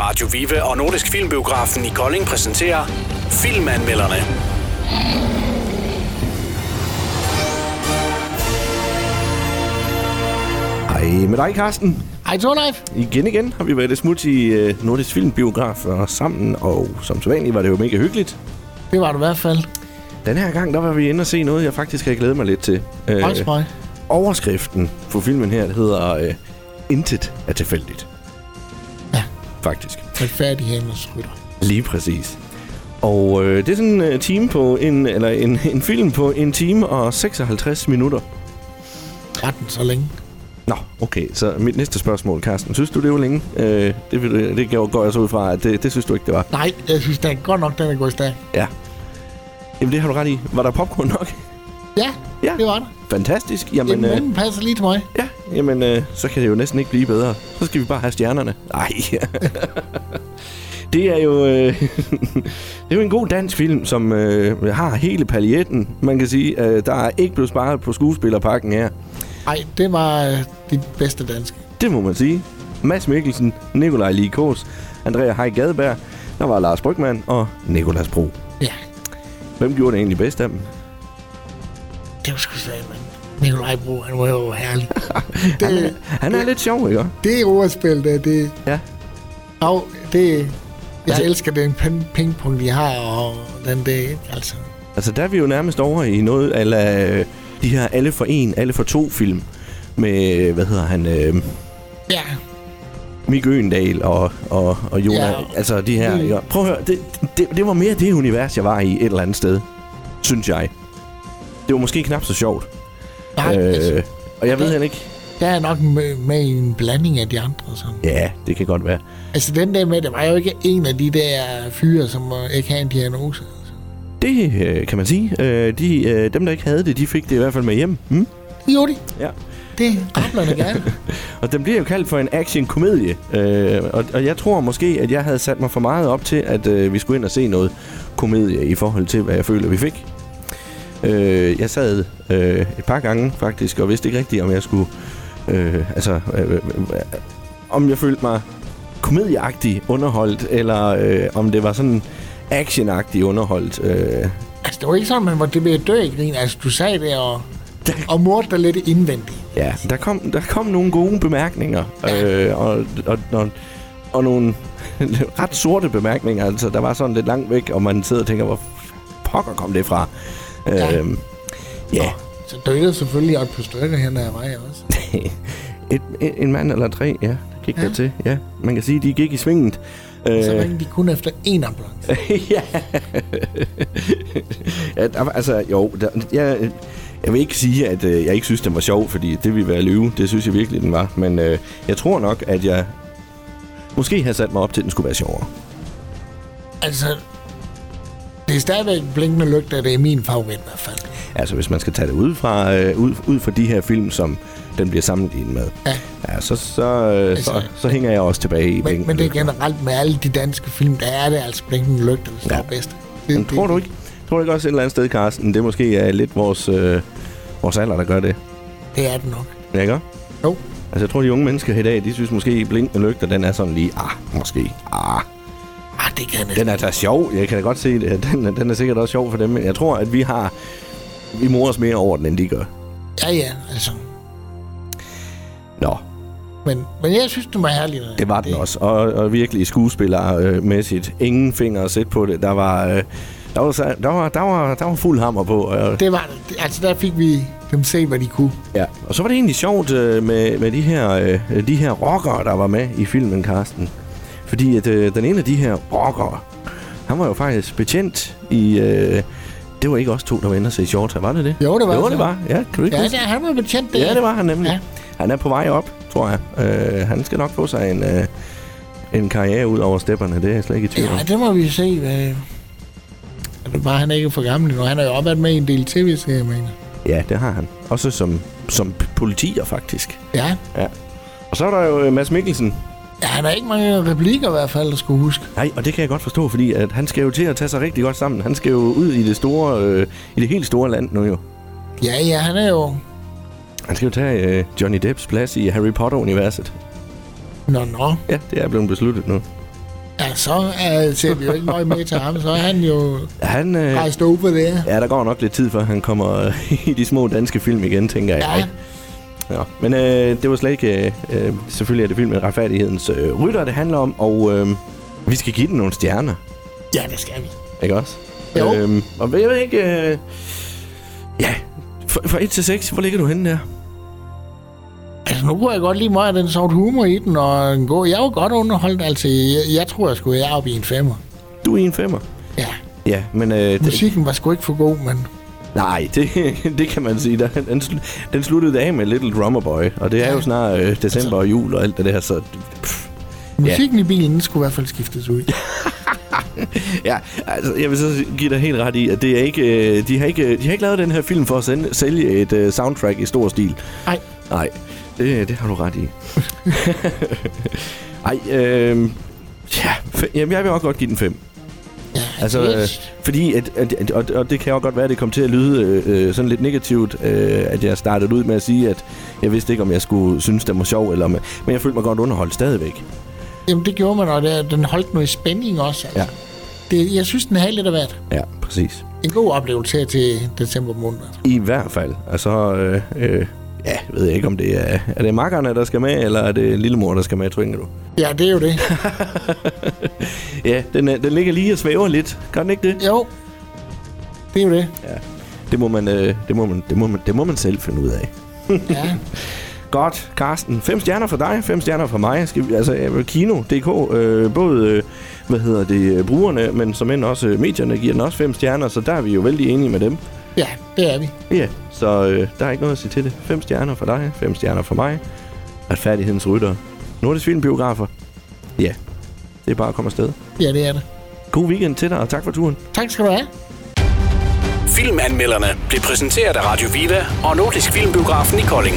Radio Vive og Nordisk Filmbiografen i Kolding præsenterer Filmanmelderne. Hej med dig, Karsten. Hej, Torleif. Igen igen har vi været et smut i øh, Nordisk Filmbiograf og sammen, og som så vanligt var det jo mega hyggeligt. Det var du i hvert fald. Den her gang, der var vi inde og se noget, jeg faktisk havde glædet mig lidt til. Øh, Høj spøj. overskriften på filmen her hedder øh, Intet er tilfældigt. Ja. Faktisk. Retfærdig handelsrytter. Lige præcis. Og øh, det er sådan en øh, time på en, eller en, en film på en time og 56 minutter. Retten så længe. Nå, okay. Så mit næste spørgsmål, Carsten. Synes du, det var længe? Øh, det, vil du- det går- går jeg så ud fra, at det, det synes du ikke, det var. Nej, jeg synes da godt nok, den er gået i stand. Ja. Jamen, det har du ret i. Var der popcorn nok? Ja, Ja. det var det. Fantastisk. Men, Jamen, den øh, anden passer lige til mig. ja. Jamen øh, så kan det jo næsten ikke blive bedre. Så skal vi bare have stjernerne. Nej. det er jo øh, det er jo en god dansk film, som øh, har hele paljetten. Man kan sige, øh, der er ikke blevet sparet på skuespillerpakken her. Nej, det var øh, det bedste danske. Det må man sige. Mads Mikkelsen, Nikolaj Likos, Andrea Hej Gadeberg, der var Lars Brygman og Nikolas Bro. Ja, Hvem gjorde det egentlig bedst af dem? det var sgu sige, men Nikolaj Bro, han var jo herlig. det, Han er, han er lidt sjov, ikke? det er ordspil, det, det, Ja. og det, jeg Altså- elsker den pin- pingpong, de har, og den det, altså. Altså, der er vi jo nærmest over i noget ala øh, de her alle for en, alle for to film med, hvad hedder han, øh, Ja, Mik Øendal og, og, og Jonas. Ja. Ja. Altså, de her, Mm. ikke? Prøv at høre, det, det, det var mere det univers, jeg var i et eller andet sted, synes jeg. Det var måske knap så sjovt. nej, altså, øh, og jeg ved heller ikke... der er nok med, med i en blanding af de andre, sådan. Ja, det kan godt være. Altså den der med, det var jo ikke en af de der fyre, som øh, ikke havde en diagnose. Det øh, kan man sige. Øh, de, øh, dem, der ikke havde det, de fik det i hvert fald med hjem. Mm? Det gjorde de. Ja. Det ramler det gerne. Og den bliver jo kaldt for en action-komedie. Øh, og, og jeg tror måske, at jeg havde sat mig for meget op til, at øh, vi skulle ind og se noget komedie i forhold til, hvad jeg føler, vi fik. Øh, jeg sad øh, et par gange faktisk, og vidste ikke rigtigt, om jeg skulle... Øh, altså, øh, øh, øh, om jeg følte mig komedieagtig underholdt, eller øh, om det var sådan actionagtig underholdt. Øh, altså det var ikke sådan, man var det ved at dø i grin. Altså du sagde det og, og mordte dig lidt indvendigt. Ja, der kom, der kom nogle gode bemærkninger, øh, og, og, og, og nogle ret sorte bemærkninger. Altså, der var sådan lidt langt væk, og man sidder og tænker, hvor pokker kom det fra? Ja. Øh, ja, Så døde jeg selvfølgelig også på stykker hen ad vejen også. et, en, en mand eller tre, ja, der gik ja. Ja. der til. Ja, man kan sige, de gik i svinget. Så Øh, ringte de kun efter en ambulance. ja. ja, der, var- altså, jo, der, jeg, jeg vil ikke sige, at øh, jeg ikke synes, den var sjov, fordi det ville være at lyve. Det synes jeg virkelig, den var. Men øh, jeg tror nok, at jeg måske har sat mig op til, at den skulle være sjovere. Altså, det er stadigvæk blinkende lygter, det er min favorit i hvert fald. Altså, hvis man skal tage det ud fra, øh, ud, ud fra de her film, som den bliver sammenlignet med. Ja. Ja, så, så, øh, så, Altså- så hænger jeg også tilbage i Men, bænken. men det er generelt med alle de danske film, der er det altså blinkende lygter, der står Ja. ja. bedst. Men tror du ikke? Tror du ikke også et eller andet sted, Carsten? Det måske er lidt vores, øh, vores alder, der gør det. Det er det nok. Ja, Ikke? Jo. Altså, jeg tror, de unge mennesker i dag, de synes måske, at blinkende lygter, den er sådan lige, ah, måske, ah. Ah, det kan jeg Den er da sjov. Jeg kan da godt se, at den, er- den er sikkert også sjov for dem, men jeg tror, at vi har... Vi morer os mere over den, end de gør. Ja, ja, altså. Nå, Men, men jeg synes, det var herligt. det var den også. Og, og virkelig skuespillermæssigt. Ingen fingre at sætte på det. Der var... Øh, der var, så- der, var, der, var, der var fuld hammer på. Og, Det var det. Altså, der fik vi dem se, hvad de kunne. ja. og så var det egentlig sjovt øh, med, med de, her, øh, de her rockere, der var med i filmen, Karsten. Fordi at, øh, den ene af de her rockere, han var jo faktisk betjent i... Øh, det var ikke os to, der var inde og se Shorts, var det det? Jo, det var Jo, så. det var. Ja, kan du ikke Ja, huske? ja han var betjent det. Ja, det var han nemlig. Ja. Ja. Han er på vej op, tror jeg. Øh, han skal nok få sig en, øh, en karriere ud over stepperne. Det er jeg slet ikke i tvivl om. Ja, det må vi se. Hvad... Var han ikke for gammel nu? Han har jo også været med i en del tv-serier, mener jeg. Ja, det har han. Også som, som p- politier, faktisk. Ja. Ja. Og så er der jo øh, Mads Mikkelsen. ja, han har ikke mange replikker i hvert fald, der skulle huske. Nej, og det kan jeg godt forstå, fordi at han skal jo til at tage sig rigtig godt sammen. Han skal jo ud i det store, øh, i det helt store land nu jo. Ja, ja, han er jo... Han skal jo tage øh, Johnny Depps plads i Harry Potter-universet. Nå, nå. Ja, det er blevet besluttet nu. så er, ser vi jo ikke meget mere til ham. Så er han jo Han, øh, rejst over der. ja, der går nok lidt tid, før han kommer øh, i de små danske film igen, tænker jeg. Ja. Ja, men øh, det var slet ikke... Øh, øh, selvfølgelig er det filmen Retfærdighedens øh, rytter, det handler om, og øh, vi skal give den nogle stjerner, Ja, det skal vi. ikke også? Jo. Øhm, og jeg ved ikke... Øh, ja, fra, fra 1 til 6, hvor ligger du henne der? Altså, nu kunne jeg godt lide meget af den sort humor i den, og en god... Jeg var godt underholdt, altså. Jeg, jeg tror, jeg skulle jeg er oppe i en femmer. Du er i en femmer. Ja, Ja, men... Øh, det, musikken var sgu ikke for god, men... nej, det, det kan man sige. Der, den, slu- den sluttede det af med Little Drummer Boy, og det er jo Ja. snart øh, december og jul og alt det der, så... Pff, Musikken i bilen skulle i hvert fald skiftes ud. Ja, altså, jeg vil så give dig helt ret i, at det er ikke, øh, de, har ikke, øh, de har ikke lavet den her film for at sende, sælge et øh, soundtrack i stor stil. Nej, Nej, det, det har du ret i. Ej, øh, ja, fe- jamen, jeg vil også godt give den 5. ja, Altså, øh, yes. fordi, at, at, at, og, og det kan jo godt være, at det kom til at lyde øh, øh, sådan lidt negativt, øh, at jeg startede ud med at sige, at jeg vidste ikke, om jeg skulle synes, den var sjov, eller om, men jeg følte mig godt underholdt stadigvæk. Jamen, det gjorde man, og det, den holdt noget spænding også. Altså. Ja. Det, jeg synes, den havde lidt af hvert. Ja, præcis. En god oplevelse her til december måned. I hvert fald. Og så, øh, øh, ja, ved jeg ikke, om det er, er det makkerne, der skal med, eller er det lillemor, der skal med, trykker du? Ja, det er jo det. Ja, den, er- den ligger lige og svæver lidt. Gør den ikke det? Jo, det er jo det. Ja. Det må man, øh, det må man, det må man, det må man selv finde ud af. Ja. Godt, Carsten. Fem stjerner for dig, fem stjerner for mig. Skal vi, altså, øh, Kino.dk, øh, både, øh, hvad hedder det, øh, brugerne, men som end også øh, medierne giver den også fem stjerner, så der er vi jo vældig enige med dem. ja, det er vi. Ja, så øh, der er ikke noget at sige til det. Fem stjerner for dig, fem stjerner for mig. Retfærdighedens rytter. Nordisk Filmbiografer. Ja, det er bare at komme afsted. Ja, det er det. God weekend til dig, og tak for turen. Tak skal du have. Filmanmelderne blev præsenteret af Radio Viva og Nordisk Filmbiografen i Kolding.